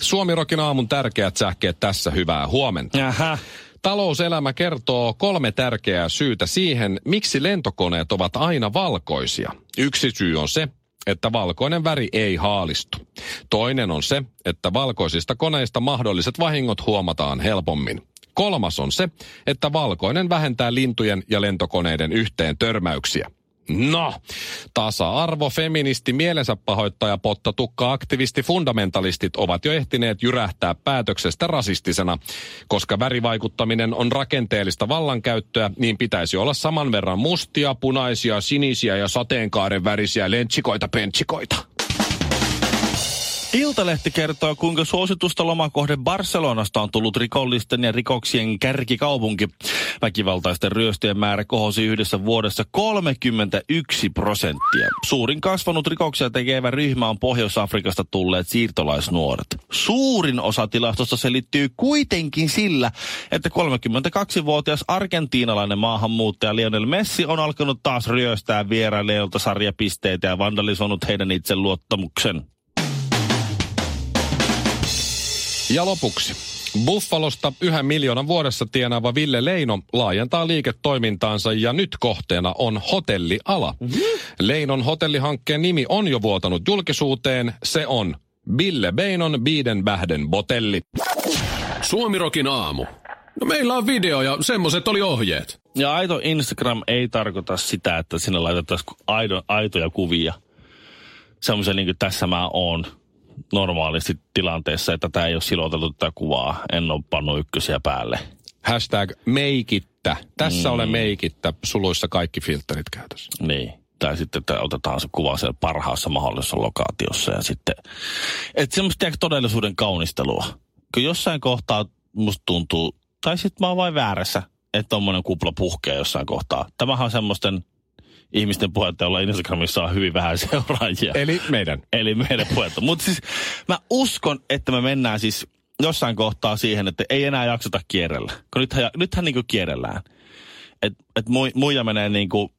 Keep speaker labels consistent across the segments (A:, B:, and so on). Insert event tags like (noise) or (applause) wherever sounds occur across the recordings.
A: Suomirokin aamun tärkeät sähkeet tässä. Hyvää huomenta.
B: Ähä.
A: Talouselämä kertoo kolme tärkeää syytä siihen, miksi lentokoneet ovat aina valkoisia. Yksi syy on se, että valkoinen väri ei haalistu. Toinen on se, että valkoisista koneista mahdolliset vahingot huomataan helpommin. Kolmas on se, että valkoinen vähentää lintujen ja lentokoneiden yhteen törmäyksiä. No, tasa-arvo, feministi, mielensä pahoittaja, pottatukka, aktivisti, fundamentalistit ovat jo ehtineet jyrähtää päätöksestä rasistisena. Koska värivaikuttaminen on rakenteellista vallankäyttöä, niin pitäisi olla saman verran mustia, punaisia, sinisiä ja sateenkaaren värisiä lentsikoita pentsikoita.
B: Iltalehti kertoo, kuinka suositusta lomakohde Barcelonasta on tullut rikollisten ja rikoksien kärkikaupunki. Väkivaltaisten ryöstöjen määrä kohosi yhdessä vuodessa 31 prosenttia. Suurin kasvanut rikoksia tekevä ryhmä on Pohjois-Afrikasta tulleet siirtolaisnuoret. Suurin osa tilastosta selittyy kuitenkin sillä, että 32-vuotias argentiinalainen maahanmuuttaja Lionel Messi on alkanut taas ryöstää vierailijoilta sarjapisteitä ja vandalisoinut heidän itseluottamuksen.
A: Ja lopuksi. Buffalosta yhä miljoonan vuodessa tienaava Ville Leino laajentaa liiketoimintaansa ja nyt kohteena on hotelliala. Mm-hmm. Leinon hotellihankkeen nimi on jo vuotanut julkisuuteen. Se on Ville Beinon Biiden Bähden Botelli.
C: Suomirokin aamu. No meillä on video ja semmoset oli ohjeet.
B: Ja aito Instagram ei tarkoita sitä, että sinne laitetaan aido, aitoja kuvia. Semmoisia niin kuin tässä mä oon normaalisti tilanteessa, että tämä ei ole siloteltu tätä kuvaa. En ole pannut ykkösiä päälle.
A: Hashtag meikittä. Tässä mm. ole meikittä. Suluissa kaikki filterit käytössä.
B: Niin. Tai sitten, että otetaan se kuva siellä parhaassa mahdollisessa lokaatiossa. Ja sitten, että semmoista tiedätkö, todellisuuden kaunistelua. Kun jossain kohtaa musta tuntuu, tai sitten mä oon vain väärässä, että tommonen kupla puhkee jossain kohtaa. Tämähän on semmoisten ihmisten puhetta, jolla Instagramissa on hyvin vähän (laughs) seuraajia.
A: (laughs) Eli meidän.
B: Eli meidän puhetta. Mutta siis mä uskon, että me mennään siis jossain kohtaa siihen, että ei enää jakseta kierrellä. Kun nythän, nythän niinku kierrellään. Että et muija menee niinku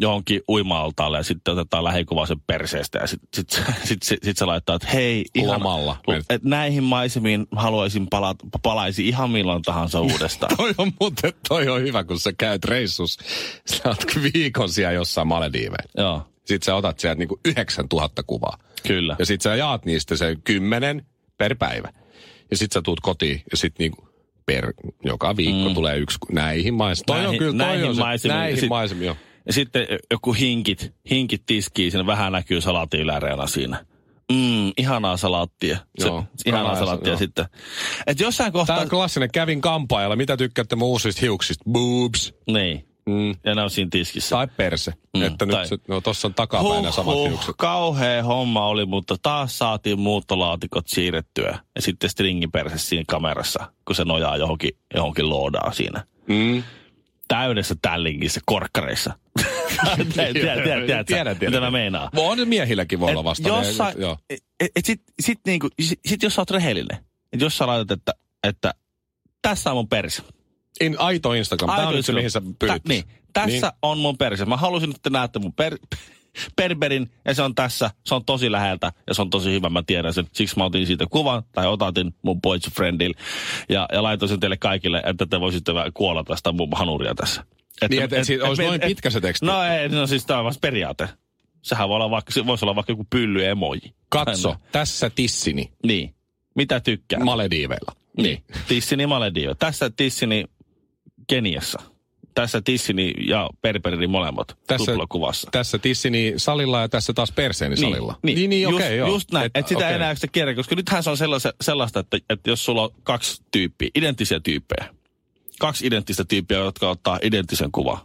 B: johonkin uimaaltaalle ja sitten otetaan lähikuva sen perseestä ja sitten sit, sit, sit, sit, sit se (laughs) laittaa, että hei, ihan,
A: Lomalla.
B: et näihin maisemiin haluaisin palata, palaisi ihan milloin tahansa
A: (laughs)
B: uudestaan.
A: toi on muuten, toi on hyvä, kun sä käyt reissus. Sä oot viikon siellä jossain Malediiveillä.
B: Joo,
A: Sitten sä otat sieltä niinku 9000 kuvaa.
B: kyllä.
A: Ja sit sä jaat niistä sen kymmenen per päivä. Ja sit sä tuut kotiin ja sit niinku per, joka viikko mm. tulee yksi ku- näihin maisemiin. Toi on
B: Näihin-
A: kyllä, toi
B: näihin
A: on se,
B: maisemiin.
A: näihin
B: Sit-
A: maisemiin, joo.
B: Ja sitten joku hinkit, hinkit tiskii, siinä vähän näkyy salaatti yläreuna siinä. Mm, ihanaa salaattia. Se,
A: Joo,
B: ihanaa
A: kanaa-
B: salaattia
A: joo.
B: sitten. Et
A: Tää
B: jossain kohtaa...
A: on klassinen, kävin kampaajalla. Mitä tykkäätte mun uusista hiuksista? Boobs.
B: niin.
A: Mm.
B: Ja ne on siinä tiskissä.
A: Tai perse. Mm, että tai...
B: tai-
A: nyt se, no tossa on takapäinä huh, samat hiukset.
B: kauhea homma oli, mutta taas saatiin muuttolaatikot siirrettyä. Ja sitten stringin perse siinä kamerassa, kun se nojaa johonkin, johonkin loodaan siinä.
A: Mm.
B: Täydessä tällingissä, korkkareissa. Tiedät, tiedät, tiedät,
A: Tiedän, tiedän.
B: tiedät, mitä mä meinaan.
A: Voi on meihilläkin voi olla
B: Et
A: vastaavia.
B: Jossain,
A: Joo.
B: et, et sit, sit, niinku, sit, sit jos sä oot rehellinen, et jos sä laitat, että, että tässä on mun perse.
A: In, aito Instagram. Tämä on
B: Aito
A: nyt se,
B: yksilö.
A: mihin sä pyrit.
B: Tä, niin, tässä niin. on mun perse. Mä halusin, että te näette mun per, (laughs) perberin ja se on tässä. Se on tosi läheltä ja se on tosi hyvä. Mä tiedän sen. Siksi mä otin siitä kuvan tai otatin mun boyfriendil ja, ja laitoin sen teille kaikille, että te voisitte vähän kuolla tästä mun hanuria tässä. Että,
A: Niin, et- et siitä olisi noin pitkä se teksti.
B: No ei, no siis tää on vasta periaate. Sehän voi olla vaikka, se voisi olla vaikka joku pyllyemoji.
A: Katso, tässä tissini
B: Niin. Mitä tykkää?
A: Malediiveilla.
B: Niin. Tissini Malediivia. Tässä Tissini Keniassa. Tässä Tissini ja Perpereri molemmat
A: Tässä-
B: tässä, tuplakuvassa.
A: Tässä tissini salilla ja tässä taas perseeni salilla. niin, niin
B: just,
A: okei, joo.
B: just näin, että et sitä
A: okei.
B: okay. enää sitä kierrä, koska nythän se on sellaista, sellaista että, että jos sulla on kaksi tyyppiä, identtisiä tyyppejä, kaksi identtistä tyyppiä, jotka ottaa identtisen kuvan.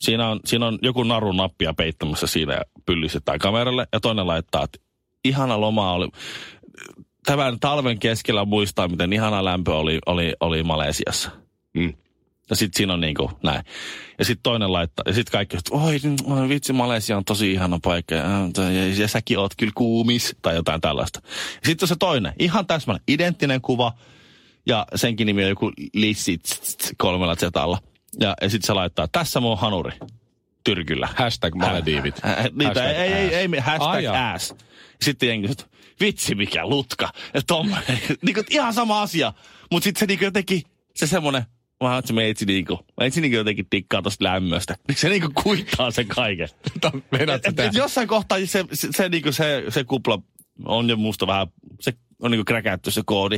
B: Siinä on, siinä on joku narun nappia peittämässä siinä ja pyllistetään kameralle ja toinen laittaa, että ihana loma oli. Tämän talven keskellä muistaa, miten ihana lämpö oli, oli, oli Malesiassa.
A: Mm.
B: Ja sitten siinä on niin kuin näin. Ja sitten toinen laittaa. Ja sitten kaikki, että oi mm, oi vitsi, Malesia on tosi ihana paikka. Ja, ja, ja säkin oot kyllä kuumis. Tai jotain tällaista. Ja sitten on se toinen. Ihan täsmälleen. Identtinen kuva. Ja senkin nimi on joku Lissi tss, tss, kolmella zetalla. Ja, ja sitten se laittaa, tässä mun hanuri. Tyrkyllä.
A: Hashtag Malediivit.
B: Ä- ä- Äh, Niitä,
A: Hashtag
B: ei, ei,
A: ass.
B: ei, ei, hashtag
A: Ai jaa.
B: ass. Sitten jengi sanoo, että vitsi mikä lutka. Ja tommonen, (laughs) niin kuin, ihan sama asia. Mutta sitten se niin jotenkin, se semmonen, mä oon se meitsi niinku, meitsi niinku jotenkin tikkaa tosta lämmöstä. (laughs) Niin se niinku kuittaa sen
A: (laughs)
B: kaiken.
A: Meinaat
B: Et, et,
A: sitä?
B: et jossain kohtaa se, se, se, niinku, se, se kupla on jo musta vähän, se on niinku kräkätty se koodi.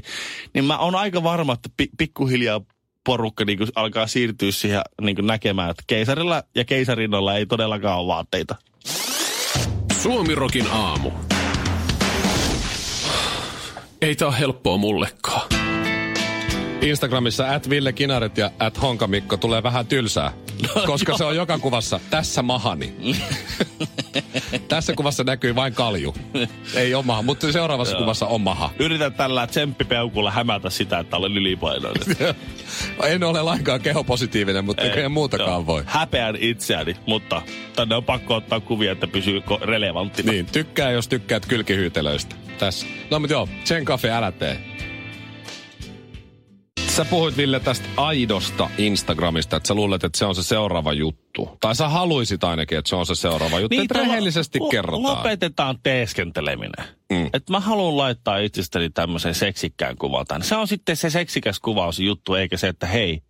B: Niin mä oon aika varma, että pi, pikkuhiljaa porukka niinku alkaa siirtyä siihen niinku näkemään, että keisarilla ja keisarinnalla ei todellakaan ole vaatteita.
C: Suomirokin aamu. Ei tää ole helppoa mullekaan.
A: Instagramissa at Ville Kinaret ja at Honka Mikko tulee vähän tylsää,
B: No,
A: koska se on joka kuvassa tässä mahani.
B: (laughs)
A: tässä kuvassa näkyy vain kalju. Ei ole maha, mutta seuraavassa kuvassa on maha.
B: Yritä tällä tsemppipeukulla hämätä sitä, että olen ylipainoinen.
A: en ole lainkaan kehopositiivinen, mutta (laughs) ei, muutakaan
B: Joo.
A: voi.
B: Häpeän itseäni, mutta tänne on pakko ottaa kuvia, että pysyy ko- relevanttina.
A: Niin, tykkää jos tykkäät kylkihyytelöistä. Tässä. No mutta joo, sen kafe älä tee. Sä puhuit Ville tästä aidosta Instagramista, että sä luulet, että se on se seuraava juttu. Tai sä haluisit ainakin, että se on se seuraava juttu. Niin,
B: Niitä
A: rehellisesti
B: lo-
A: kerrotaan.
B: Lopetetaan teeskenteleminen.
A: Mm.
B: Mm. Et mä haluan laittaa itsestäni tämmöisen seksikkään kuvan. tänne. Se on sitten se seksikäs kuva on se juttu, eikä se, että hei,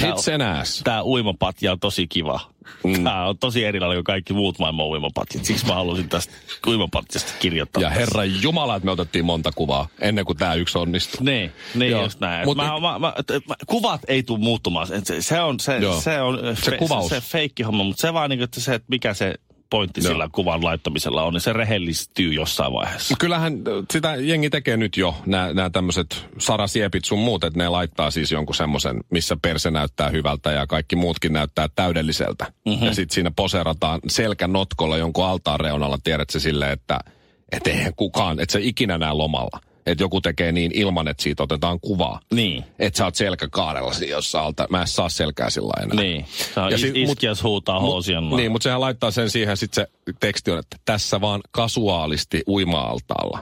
B: tää,
A: Hits and ass.
B: tää uimapatja on tosi kiva. Mm. Tää on tosi erilainen kuin kaikki muut maailman uimapatjat. Siksi mä halusin tästä uimapatjasta kirjoittaa.
A: Ja
B: tässä.
A: herra Jumala, että me otettiin monta kuvaa ennen kuin tämä yksi onnistui.
B: Niin, niin
A: Joo.
B: Joo. just näin.
A: Mut-
B: Mut, mä, mä, mä, et- et- mä, kuvat ei tule muuttumaan. Et Se, se on se,
A: Joo.
B: se, on,
A: Se kuvaus.
B: se, se feikki homma, mutta se vaan niinku, että se, että mikä se pointti
A: Joo.
B: sillä kuvan laittamisella on, niin se rehellistyy jossain
A: (laughs)
B: vaiheessa.
A: Kyllähän ö, sitä jengi tekee nyt jo, nämä tämmöiset sarasiepit sun muut, että ne laittaa siis jonkun semmoisen, missä perse näyttää hyvältä ja kaikki muutkin näyttää täydelliseltä. Mm-hmm. Ja sitten siinä poserataan selkänotkolla jonkun altaan reunalla, tiedät se silleen, että et eihän kukaan, et sä ikinä näe lomalla. Että joku tekee niin ilman, että siitä otetaan kuvaa.
B: Niin.
A: Että sä oot selkäkaarellasi, jos sä alta, mä en saa selkää sillä enää.
B: Niin. Se on
A: Ja
B: ja
A: sit-
B: is,
A: mut-
B: iskiäs huutaa hoosien
A: Niin, mutta sehän laittaa sen siihen, sitten se teksti on, että tässä vaan kasuaalisti uima-altaalla.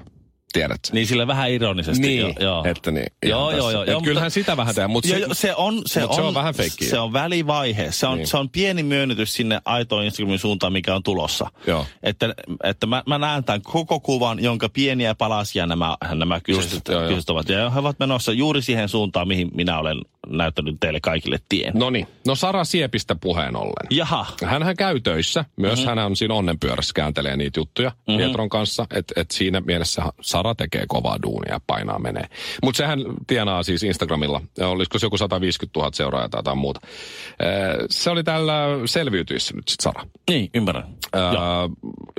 A: Tiedätkö?
B: niin sillä vähän ironisesti.
A: Niin,
B: jo- joo.
A: että niin, ihan
B: Joo,
A: tässä.
B: joo, joo.
A: Et
B: joo
A: kyllähän sitä vähän tehdään, mut
B: Joo,
A: se-
B: joo, se, on, se,
A: mut
B: on,
A: se on vähän feikkiä.
B: Se on välivaihe. Se on,
A: Niin.
B: niin. se on pieni myönnytys sinne aitoon Instagramin suuntaan, mikä on tulossa.
A: Joo.
B: Että, että mä, mä näen tämän koko kuvan, jonka pieniä palasia nämä, nämä kyseiset,
A: joo, joo.
B: kyseiset ovat. Ja he ovat menossa juuri siihen suuntaan, mihin minä olen näyttänyt teille kaikille tien.
A: No niin, no Sara Siepistä puheen ollen.
B: Jaha.
A: Hänhän käy töissä, myös
B: Mhm.
A: mm-hmm. hän on siinä onnenpyörässä, kääntelee niitä juttuja mm-hmm. Pietron kanssa, että et siinä mielessä Sara tekee kovaa duunia, painaa menee. Mutta sehän tienaa siis Instagramilla, Ja olisiko se joku 150 000 seuraajaa tai jotain muuta. Ee, Se oli täällä selviytyissä nyt sitten Sara.
B: Niin, ymmärrän.
A: Ää,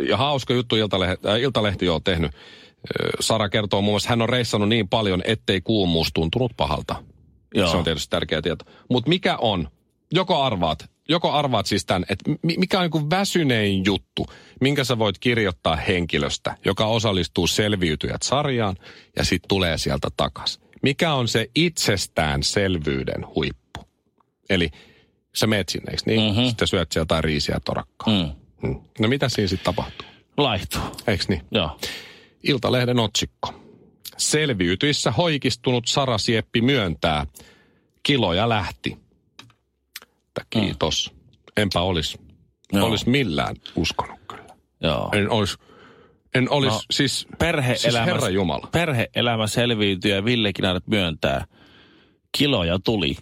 A: ja hauska juttu Iltalehti, äh, Iltalehti jo on tehnyt. Ö, Sara kertoo muun muassa, hän on reissannut niin paljon, ettei kuumuus tuntunut pahalta. Joo.
B: Joo.
A: Se on tietysti tärkeä tieto. Mutta mikä on? Joko arvaat, joko arvaat siis tämän, että mi- mikä on niin väsynein juttu, minkä sä voit kirjoittaa henkilöstä, joka osallistuu selviytyjät sarjaan ja sitten tulee sieltä takas. Mikä on se itsestäänselvyyden huippu? Eli sä meet sinne, eikö niin? Mm-hmm. Sitten syöt sieltä jotain riisiä torakkaa.
B: Mm.
A: Mm. No mitä siinä sitten tapahtuu?
B: Laihtuu.
A: Eiks niin?
B: Joo.
A: Iltalehden otsikko. Selviytyissä hoikistunut Sara Sieppi myöntää. Kiloja lähti. Että kiitos. Enpä olis,
B: Joo.
A: olis millään uskonut kyllä.
B: Joo.
A: En olis, en olis no,
B: No,
A: siis, siis
B: perhe-elämä,
A: Herra Jumala.
B: perhe-elämä selviytyy ja Ville Kinaret myöntää. Kiloja tuli.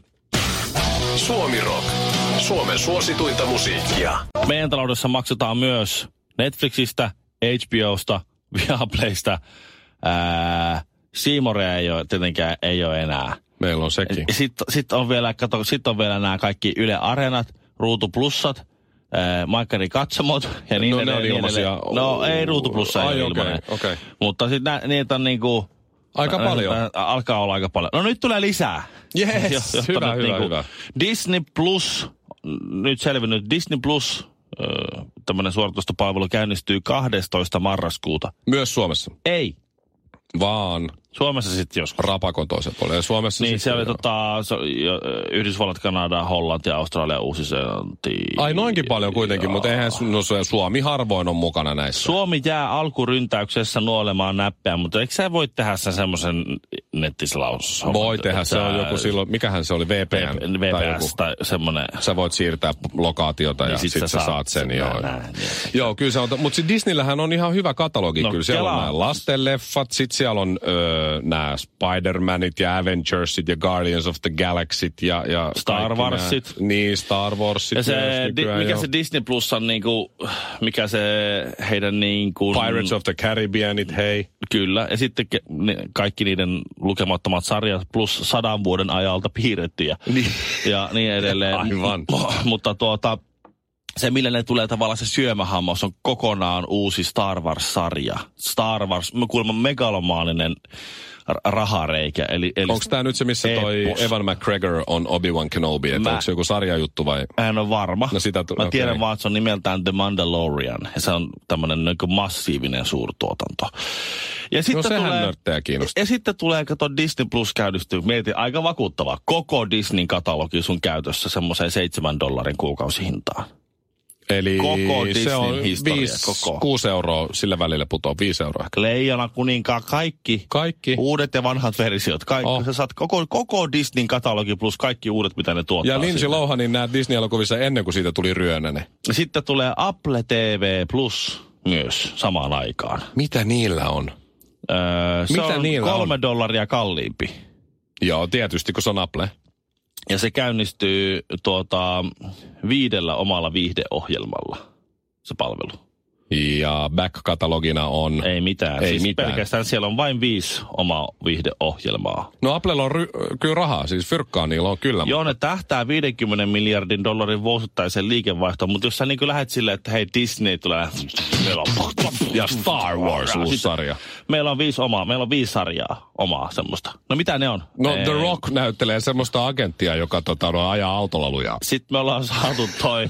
C: Suomi Rock. Suomen suosituinta musiikkia.
B: Meidän taloudessa maksetaan myös Netflixistä, HBOsta, Viaplaysta. Ää, Siimorea ei ole, tietenkään ei ole enää.
A: Meillä on sekin.
B: Sitten sit on vielä, kato, sit on vielä nämä kaikki Yle Areenat, Ruutu Plussat, ää, Maikkari Katsomot ja niin
A: No, ne
B: edelleen.
A: on
B: niin
A: ilmaisia.
B: edelleen. No ei Ruutu Plussa ei
A: Ai,
B: ole
A: okei,
B: ilmainen.
A: okei.
B: Mutta sitten niitä on niinku...
A: Aika
B: nä-
A: paljon.
B: nä- äh, Alkaa olla aika paljon. No nyt tulee lisää.
A: Yes,
B: Jo- jotta
A: hyvä,
B: nyt
A: hyvä, hyvä.
B: Disney Plus, nyt selvinnyt Disney Plus öö, tämmöinen suoratoistopalvelu käynnistyy 12. marraskuuta.
A: Myös Suomessa.
B: Ei.
A: Vaan
B: Suomessa sitten joskus.
A: rapakon toisella puolella. Ja Suomessa siis
B: Niin,
A: sitten
B: se oli
A: joo.
B: tota, se, jo- Yhdysvallat, Kanada, Hollanti, Australia, Uusi-Seelanti.
A: Ai noinkin paljon kuitenkin,
B: Joo.
A: mutta eihän su- no, se Suomi harvoin on mukana näissä.
B: Suomi jää alkuryntäyksessä nuolemaan näppeä, mutta eikö sä voi tehdä sen semmoisen nettislaus?
A: Voi tehdä, se on joku silloin, mikähän se oli, VPN, tai joku.
B: VPS tai semmoinen.
A: Sä voit siirtää lokaatiota ja
B: niin sit
A: sitten sit sä saat sen, joo.
B: Näin, näin, niin.
A: Joo, kyllä se on. Mutta sitten Disneyllähän on ihan hyvä katalogi. No,
B: No,
A: kyllä siellä
B: kelaa.
A: on nämä lastenleffat, sitten siellä on öö, nämä Spider-Manit ja Avengersit ja Guardians of the Galaxyt ja... ja
B: Star
A: kaikki nää.
B: Warsit.
A: Niin, Star Warsit.
B: Ja se,
A: myös
B: di,
A: nykyään,
B: mikä
A: joo.
B: se Disney Plus on niinku, mikä se heidän niinku...
A: Pirates of the Caribbeanit, hei.
B: Kyllä, ja sitten ke- ne, kaikki niiden lukemattomat sarjat plus sadan vuoden ajalta piirrettyjä
A: Niin.
B: ja niin edelleen.
A: Aivan.
B: (clears throat) Mutta tuota, se millä ne tulee tavallaan se syömähammas on kokonaan uusi Star Wars-sarja. Star Wars, mä kuulemma megalomaaninen r- rahareikä. Eli, eli
A: Onko tämä nyt se, missä toi
B: Epos.
A: Evan McGregor on Obi-Wan Kenobi? Että
B: Mä-
A: onko se joku sarjajuttu vai...
B: Mä en ole varma.
A: No sitä tu-
B: Mä tiedän
A: okei.
B: vaan, että se on nimeltään The Mandalorian. Ja se on tämmöinen niin massiivinen suurtuotanto. Ja
A: No
B: sitten
A: sehän
B: tulee...
A: nörttejä kiinnostaa.
B: Ja sitten tulee, kato Disney Plus käydystyy. Mietin, aika vakuuttava. Koko Disneyn katalogi sun käytössä semmoiseen 7 dollarin kuukausihintaan.
A: Eli
B: Koko
A: se on
B: Disneyn historia,
A: 5,
B: koko.
A: 6 euroa sillä välillä putoaa, 5 euroa. ehkä.
B: Leijona kuninkaan kaikki.
A: Kaikki.
B: Uudet ja vanhat versiot. Kaikki.
A: Oh.
B: Oh. Sä saat koko, koko Disneyn katalogi plus kaikki uudet, mitä ne tuottaa.
A: Ja Lindsay
B: sinne.
A: Lohanin nämä Disney-elokuvissa ennen kuin siitä tuli niin ryönäne.
B: Sitten tulee Apple TV Plus myös samaan aikaan.
A: Mitä niillä on?
B: Öö, se
A: Mitä
B: on
A: niillä
B: kolme
A: on?
B: dollaria kalliimpi.
A: Joo, tietysti, kun se on Apple.
B: Ja se käynnistyy tuota, viidellä omalla viihdeohjelmalla, se palvelu.
A: Ja back-katalogina on...
B: Ei mitään.
A: Ei
B: siis
A: mitään.
B: Pelkästään siellä on vain viisi omaa viihdeohjelmaa.
A: No Applella on ry- kyllä rahaa, siis fyrkkaa niillä on kyllä.
B: Joo, ne tähtää 50 miljardin dollarin vuosittaiseen liikevaihtoon, mutta jos sä niin lähet silleen, että hei Disney tulee meillä on, ja Star Wars
A: Uusi
B: uusi
A: sarja.
B: Meillä on viisi omaa, meillä on viisi sarjaa omaa semmoista. No mitä ne on?
A: No
B: Ei.
A: The Rock näyttelee semmoista agenttia, joka tota, no, ajaa autolla lujaa.
B: Sitten me ollaan saatu toi,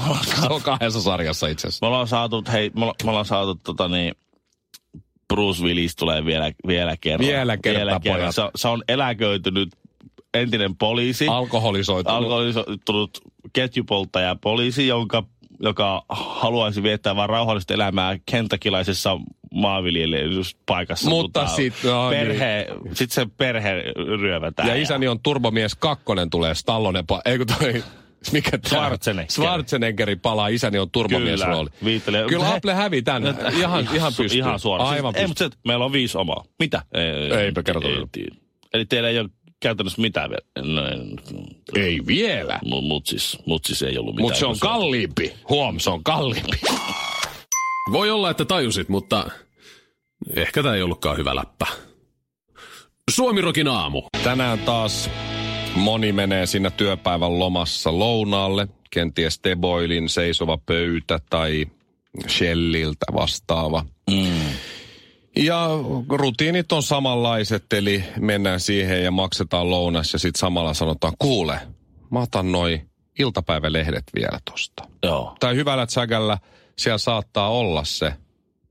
B: me (laughs) ollaan saatu
A: Se on kahdessa sarjassa itse asiassa.
B: Me ollaan saatu, hei, me olla- me ollaan saatu tota niin, Bruce Willis tulee vielä, vielä kerran.
A: Vielä kertaa, pojat.
B: Se, on- se on eläköitynyt entinen poliisi,
A: Alkoholisoitunut.
B: alkoholisoitunut ketjupolttaja poliisi, jonka, joka haluaisi viettää vain rauhallista elämää kentakilaisessa maanviljelyyspaikassa.
A: Mutta sit- no niin.
B: Tota, perhe, sit se perhe ryövätään.
A: ja isäni on Turbomies 2, tulee Stallonen, pa- ei kun toi, mikä tää?
B: Schwarzenegger.
A: Schwarzeneggeri palaa, isäni on Turbomies
B: Kyllä,
A: rooli.
B: viittelee.
A: Kyllä
B: He-
A: Apple hävi tän,
B: No, t-
A: ihan, ihan
B: su-
A: pystyy.
B: Ihan suoraan.
A: Aivan
B: siis,
A: pystyy.
B: ei, mutta se, että meillä on viisi omaa. Mitä? Ei,
A: Eipä kerta vielä.
B: ei- Eli teillä ei ole käytännössä mitään vielä. No, en-
A: Ei vielä.
B: mu- mut, siis, mut siis ei ollut mitään.
A: Mutta se on
B: kun
A: kalliimpi. Huom, se on kalliimpi.
C: Voi olla, että tajusit, mutta ehkä tämä ei ollutkaan hyvä läppä. Suomirokin aamu.
A: Tänään taas moni menee sinne työpäivän lomassa lounaalle. Kenties Teboilin seisova pöytä tai Shelliltä vastaava. Ja rutiinit on samanlaiset, eli mennään siihen ja maksetaan lounas ja sitten samalla sanotaan, kuule, mä otan noi iltapäivälehdet vielä tosta.
B: Joo.
A: Tai hyvällä säkällä siellä saattaa olla se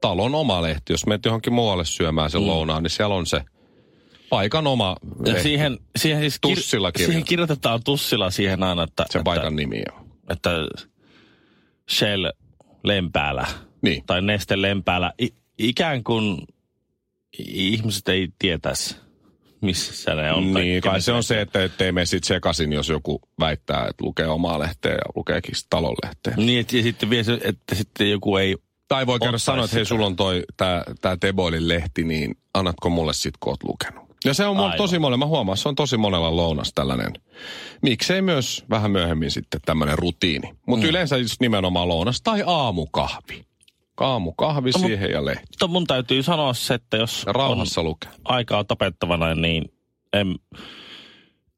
A: talon oma lehti. Jos menet johonkin muualle syömään sen mm. lounaan, niin siellä on se paikan oma
B: Ja
A: lehti.
B: siihen, siihen siis
A: Tussilla kirjoitetaan.
B: siihen kirjoitetaan tussilla siihen aina, että,
A: sen
B: että,
A: paikan nimi on.
B: että Shell Lempäälä
A: Niin.
B: tai Neste Lempäälä. I, ikään kuin ihmiset ei tietäisi, missä ne on. tai
A: Niin, kai
B: kenet
A: se
B: ne-
A: on se, että ettei mene sitten sekaisin, jos joku väittää, että lukee omaa lehteä ja lukeekin sit talon lehteä.
B: Niin, et, ja sitten vielä se, että sitten joku ei...
A: Tai voi käydä
B: Ottaisi
A: sanoa, että hei,
B: sitä.
A: sulla on toi, tää, tää Teboilin lehti, niin annatko mulle sit, kun oot lukenut? Ja se on mun
B: Aivan.
A: tosi monella, mä huomaan, se on tosi monella lounas tällainen. Miksei myös vähän myöhemmin sitten tämmöinen rutiini. Mutta mm. yleensä just nimenomaan lounas tai aamukahvi. Aamukahvi
B: No, mut-
A: siihen ja lehti.
B: Mutta mun täytyy sanoa se, että jos
A: Ja rauhassa lukee.
B: on aikaa tapettavana, niin en,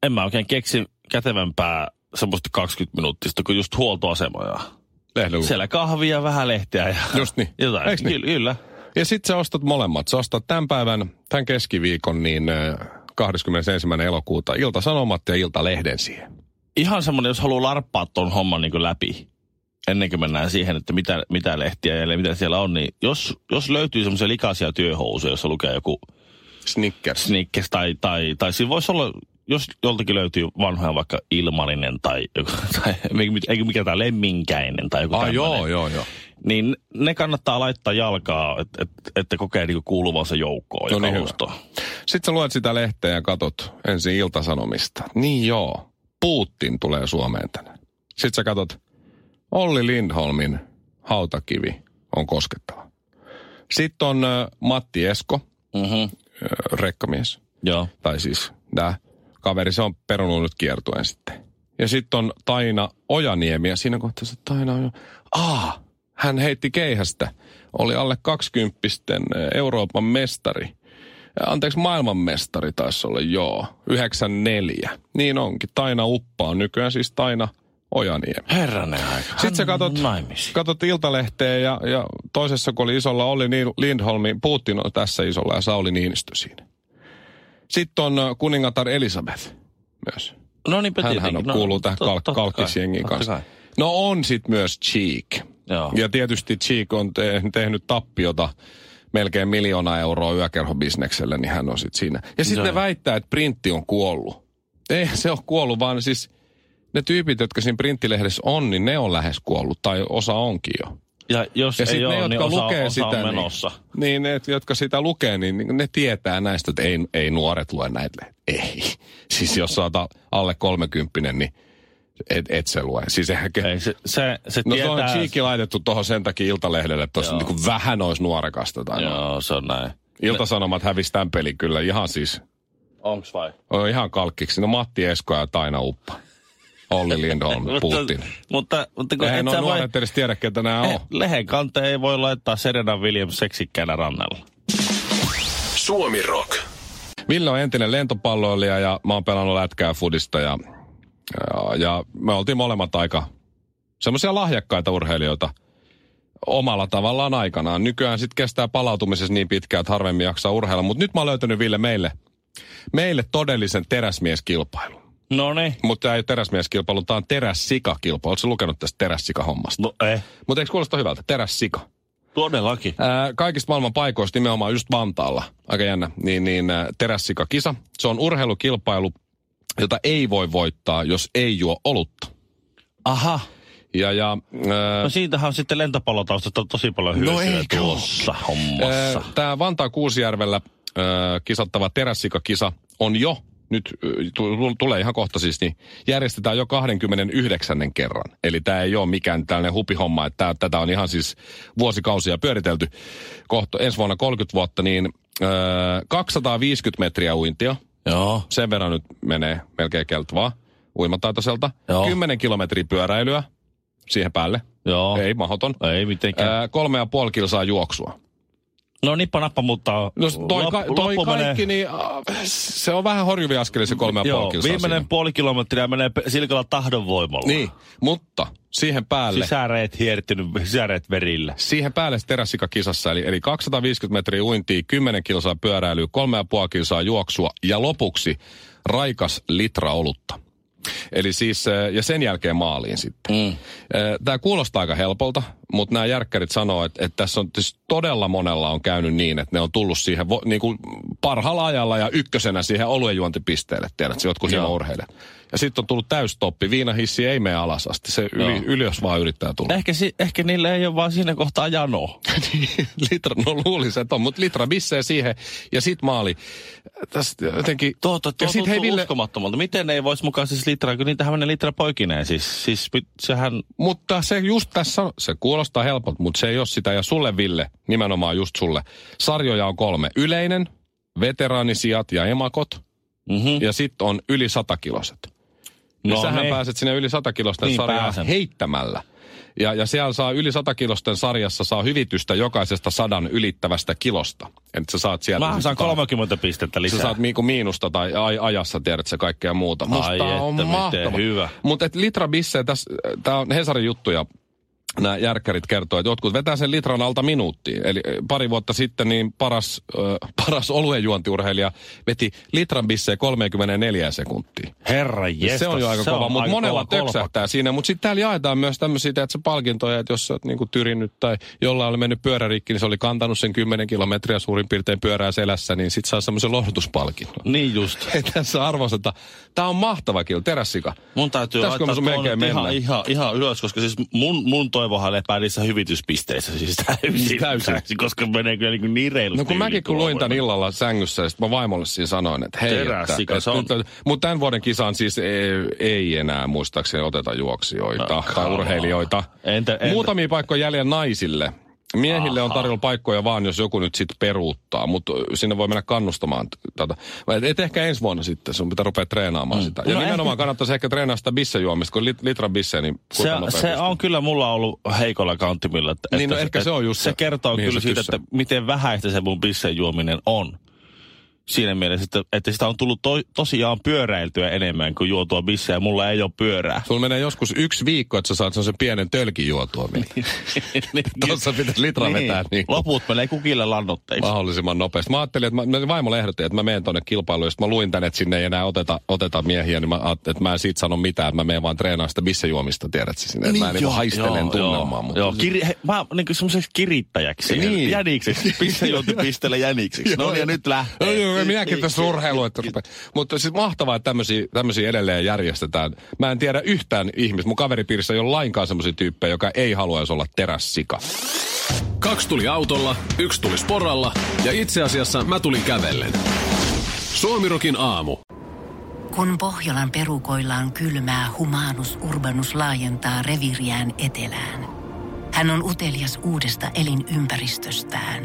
B: en mä oikein keksi kätevämpää semmoista 20 minuuttista kuin just huoltoasemoja.
A: Lehden luke-
B: Siellä kahvia, vähän lehteä ja
A: Just niin.
B: jotain.
A: Eiks niin?
B: Ky- Kyllä.
A: Ja sit sä ostat molemmat. Sä ostat tämän päivän, tämän keskiviikon, niin ö, 21. elokuuta Ilta-Sanomat ja Ilta-Lehden siihen.
B: Ihan semmoinen, jos haluaa larppaa ton homman niin niinku läpi. ennen kuin mennään siihen, että mitä, mitä lehtiä ja mitä siellä on, niin jos, jos löytyy semmoisia likaisia työhousuja, jossa lukee joku
A: Snickers.
B: snickers tai, tai, tai siinä voisi olla, jos joltakin löytyy vanhoja vaikka ilmalinen tai, joku, (laughs) tai eikö mikä tämä lemminkäinen tai joku
A: Ah,
B: tämmöinen,
A: joo, joo, joo.
B: niin ne kannattaa laittaa jalkaa, että et, et ne kokee niinku kuuluvansa joukkoon
A: No
B: ja
A: niin, hyvä.
B: kalustoon.
A: Sitten sä luet sitä lehteä ja katot ensin iltasanomista. Niin joo, Putin tulee Suomeen tänään. Sitten sä katot, Olli Lindholmin hautakivi on koskettava. Sitten on ö, Matti Esko,
B: Mm-hmm.
A: ö, rekkamies.
B: Joo.
A: Tai siis tämä kaveri, se on perunut nyt kiertuen sitten. Ja sitten on Taina Ojaniemi ja siinä kohtaa se Taina Ojaniemi. Aa, hän heitti keihästä. Oli alle 20 Euroopan mestari. Ä, Anteeksi, maailmanmestari taisi olla, joo. 94. Niin onkin. Taina Uppa on nykyään siis Taina Ojaniemi.
B: Herranen aika.
A: Sitten sä katot,
B: naimisiin.
A: katot Iltalehteä ja, ja toisessa, kun oli isolla Olli Ni- Lindholmi, Putin on tässä isolla ja Sauli Niinistö siinä. Sitten on ö, kuningatar Elisabeth myös.
B: No niinpä
A: Hänhän on,
B: tietenkin.
A: kuuluu tähän
B: to- totta
A: kalk-
B: kai,
A: kalkkisjengin
B: totta
A: kanssa.
B: kai.
A: No on sitten myös Cheek.
B: Joo.
A: Ja tietysti Cheek on te- tehnyt tappiota melkein miljoona euroa yökerhobisnekselle, niin hän on sitten siinä. Ja sitten
B: Joo.
A: ne väittää, että printti on kuollut. Ei se ole kuollut, vaan siis ne tyypit, jotka siinä printtilehdessä on, niin ne on lähes kuollut, tai osa onkin jo.
B: Ja jos
A: Ja
B: ei
A: sitten ne,
B: ole,
A: jotka
B: niin osa,
A: lukee
B: osa
A: sitä,
B: on menossa.
A: Niin, niin ne, jotka sitä lukee, niin niin ne tietää näistä, että ei, ei nuoret lue näitä. lehtiä. Ei. (laughs) Siis jos sä oot alle 30, niin et, et se lue. Siis eihän, ke-
B: Ei, se, se, se
A: no se on
B: tietää...
A: Cheekki laitettu tuohon sen takia Iltalehdelle, että tuossa niin kuin vähän olisi nuorekasta. Tai no.
B: Joo, se on näin.
A: Iltasanomat hävisi tämän pelin kyllä ihan siis,
B: Onks vai?
A: on ihan kalkkiksi. No Matti Esko ja Taina Uppa. Olli
B: (laughs)
A: Lindholm, Putin.
B: Mutta, mutta kun
A: Eihän
B: no et
A: ole
B: sä voi...
A: nuoret edes tiedä, ketä
B: (laughs)
A: nämä on.
B: Lehen kanteen ei voi laittaa Serena Williams seksikkäänä rannalla.
C: Suomi Rock.
A: Ville on entinen lentopalloilija ja mä oon pelannut lätkää fudista ja, ja, ja me oltiin molemmat aika semmoisia lahjakkaita urheilijoita omalla tavallaan aikanaan. Nykyään sitten kestää palautumisessa niin pitkään, että harvemmin jaksaa urheilla, mutta nyt mä oon löytänyt Ville meille, meille todellisen teräsmieskilpailun.
B: No niin.
A: Mutta tämä ei ole teräsmieskilpailu, tämä on terässikakilpailu. Oletko lukenut tästä terässikahommasta?
B: No ei. Eh.
A: Mutta eikö kuulosta hyvältä? Terässika.
B: Todellakin.
A: Ää, kaikista maailman paikoista nimenomaan just Vantaalla, aika jännä, niin, niin ää, terässikakisa. Se on urheilukilpailu, jota ei voi voittaa, jos ei juo olutta.
B: Aha.
A: Ja, ja,
B: No siitähän on sitten lentopallotaustasta tosi paljon hyötyä
A: eikö
B: tuossa hommassa.
A: tämä Vantaa Kuusijärvellä ää, kisattava terässikakisa on jo nyt ö, tu- tu- tulee ihan kohta siis, niin järjestetään jo 29. kerran. Eli tämä ei ole mikään tällainen hupihomma, että tää, tätä on ihan siis vuosikausia pyöritelty. Kohta, ensi vuonna 30 vuotta, niin ö, 250 metriä uintia.
B: Joo.
A: Sen verran nyt menee melkein keltvaa uimataitoiselta.
B: Joo.
A: 10 kilometriä pyöräilyä siihen päälle.
B: Joo.
A: Ei mahoton.
B: Ei mitenkään.
A: Ää, kolme ja puoli kilsaa juoksua.
B: No nippa nappa, mutta
A: No s- toi, ka-
B: lop-
A: toi
B: loppu menee-
A: kaikki, niin äh, se on vähän horjuvia askelia se kolme ja puoli
B: Joo,
A: kilsaa
B: viimeinen
A: siinä.
B: puoli kilometriä menee pe- silkalla tahdonvoimalla.
A: Niin, mutta siihen päälle,
B: Siis
A: Sisä...
B: Sisäreet hiertynyt, sisäreet verillä.
A: siihen päälle se terässikakisassa, eli, eli 250 metriä uintia, 10 kilsaa pyöräilyä, kolme ja puoli kilsaa juoksua ja lopuksi raikas litra olutta. Eli siis, äh, ja sen jälkeen maaliin sitten. Mm. Tämä kuulostaa aika helpolta, mutta nämä järkkärit sanoo, että, että tässä on siis todella monella on käynyt niin, että ne on tullut siihen vo, niin kuin parhaalla ajalla ja ykkösenä siihen oluenjuontipisteelle, tiedät, se jotkut siinä
B: Joo.
A: urheilijat. Ja sitten on tullut täystoppi, viinahissi ei mene alas asti, se yli,
B: Joo.
A: ylös vaan yrittää tulla.
B: Ehkä, si- ehkä niillä ei ole vaan siinä kohtaa janoa.
A: Niin, (laughs) litra, no luulisin, että on, mutta litra bissee siihen ja sit maali. Tästä jotenkin...
B: Tuota, tuo
A: ja sit
B: tuntuu
A: hei Ville,
B: uskomattomalta. Miten ei voisi mukaan siis litraa, kun niitähän menee litra poikineen. Siis, siis mit- sehän,
A: mutta se just tässä on, se kuulostaa helpot, mutta se ei ole sitä. Ja sulle Ville, nimenomaan just sulle. Sarjoja on kolme. Yleinen, veteraanisijat ja emakot.
B: mm-hmm.
A: Ja sit on yli satakiloset. No, sähän
B: niin.
A: pääset sinne yli satakilosten
B: Niin,
A: niin, sarjaan
B: pääsen.
A: heittämällä. Ja, ja siellä saa yli satakilosten sarjassa saa hyvitystä jokaisesta sadan ylittävästä kilosta. Että sä saat sieltä...
B: Mä saan 30 pistettä lisää.
A: Sä saat niinku miinusta tai aj- ajassa, tiedät sä kaikkea muuta. Musta
B: Ai
A: tää
B: että,
A: on
B: miten
A: mahtava.
B: hyvä.
A: äh, Mutta et litra bisse, tää on Hesarin juttuja. nämä järkkärit kertoo, että jotkut vetää sen litran alta minuuttiin. Eli eh, pari vuotta sitten niin paras, äh, (laughs) paras oluenjuontiurheilija veti litran bisseen 34 sekuntia.
B: Herra
A: Yes, se on jo aika se kova, mutta monella
B: kova
A: töksähtää siinä. Mutta sitten täällä jaetaan myös tämmöisiä että se palkintoja, että jos sä oot niinku tyrinnyt tai jollain oli mennyt pyörärikki, niin se oli kantanut sen 10 kilometriä suurin piirtein pyörää selässä, niin sit saa semmoisen lohdutuspalkinnon. (laughs)
B: kolpakka. Niin just.
A: Ei tässä arvosteta. Tämä on mahtava kilpailu, terässika.
B: Mun täytyy
A: Pitäisikö
B: laittaa
A: mun
B: tuo
A: melkein
B: nyt
A: mennä?
B: ihan, ihan, ihan ylös, koska siis mun, mun toivohan lepää niissä hyvityspisteissä. Siis täysin,
A: Täysin.
B: täysin. täysin koska menee kyllä niin, niin reilusti.
A: No kun
B: yli
A: mäkin kun
B: tuo
A: luin tämän
B: voima.
A: illalla sängyssä, ja sit mä vaimolle siinä sanoin, että hei.
B: Terässika,
A: että,
B: se on-
A: Mutta tämän vuoden kisaan siis ei, ei enää muistaakseni oteta juoksijoita
B: Ah,
A: tai
B: kamalaa.
A: urheilijoita.
B: Entä- entä-
A: Muutamia paikkoja jäljellä naisille. Miehille Aha. on tarjolla paikkoja vaan, jos joku nyt sitten peruuttaa, mutta sinne voi mennä kannustamaan t- tätä. Vai Et, et ehkä ensi vuonna sitten, sun pitää rupea treenaamaan mm. sitä. Ja
B: No
A: no
B: ehkä-
A: nimenomaan kannattaisi ehkä treenaa sitä bissejuomista, kun lit, litran bisse, niin
B: Se,
A: kuinka nopea
B: se
A: pystyy?
B: on kyllä mulla ollut heikolla kantimilla. Että,
A: Niin, no
B: että
A: ehkä se on just
B: se.
A: se,
B: kertoo
A: mihin
B: kyllä
A: se
B: siitä,
A: tyssää.
B: että miten vähäistä se mun pissen juominen on. Siinä mielessä, että, että sitä on tullut to, tosiaan pyöräiltyä enemmän kuin juotua bissejä. Mulla ei ole
A: (laughs)
B: pyörää.
A: Sulla menee joskus yksi viikko, että sä saat sen pienen tölkin juotua vielä.
B: Niin.
A: Tossa pitäisi litra vetää niin Ah, kuin.
B: Loput menee kukille lannoitteiksi.
A: mahdollisimman nopeasti. Mä ajattelin, että mä, mä- vaimo ehdotti, että mä menen tonne kilpailuun, ja sit mä luin tänne, että sinne ei enää oteta, oteta miehiä, niin mä ajattelin, että mä en siitä sano mitään, että mä menen vaan treenaamaan sitä bissejuomista, tiedät sä sinne, että mä en niin haistelen tunnelmaa.
B: Joo,
A: mutta-
B: joo. Kiri, he, mä niin kuin semmoiseksi kirittäjäksi.
A: Niin.
B: Jänikseksi. Pistejuonti pistele
A: (laughs)
B: jänikseksi. no niin, ja nyt
A: No
B: lähtee. Niin,
A: joo, minäkin tässä urheilu, että rupe- Mutta siis mahtavaa, että tämmöisiä, tämmöisiä edelleen järjestetään. Mä en tiedä yhtään ihmistä. Mun kaveripiirissä ei ole lainkaan semmoisia tyyppejä, joka ei haluaisi olla terässika.
C: Kaksi tuli autolla, yksi tuli sporalla ja itse asiassa mä tulin kävellen. Suomirokin aamu.
D: Kun Pohjolan perukoillaan kylmää, humanus urbanus laajentaa reviriään etelään. Hän on utelias uudesta elinympäristöstään.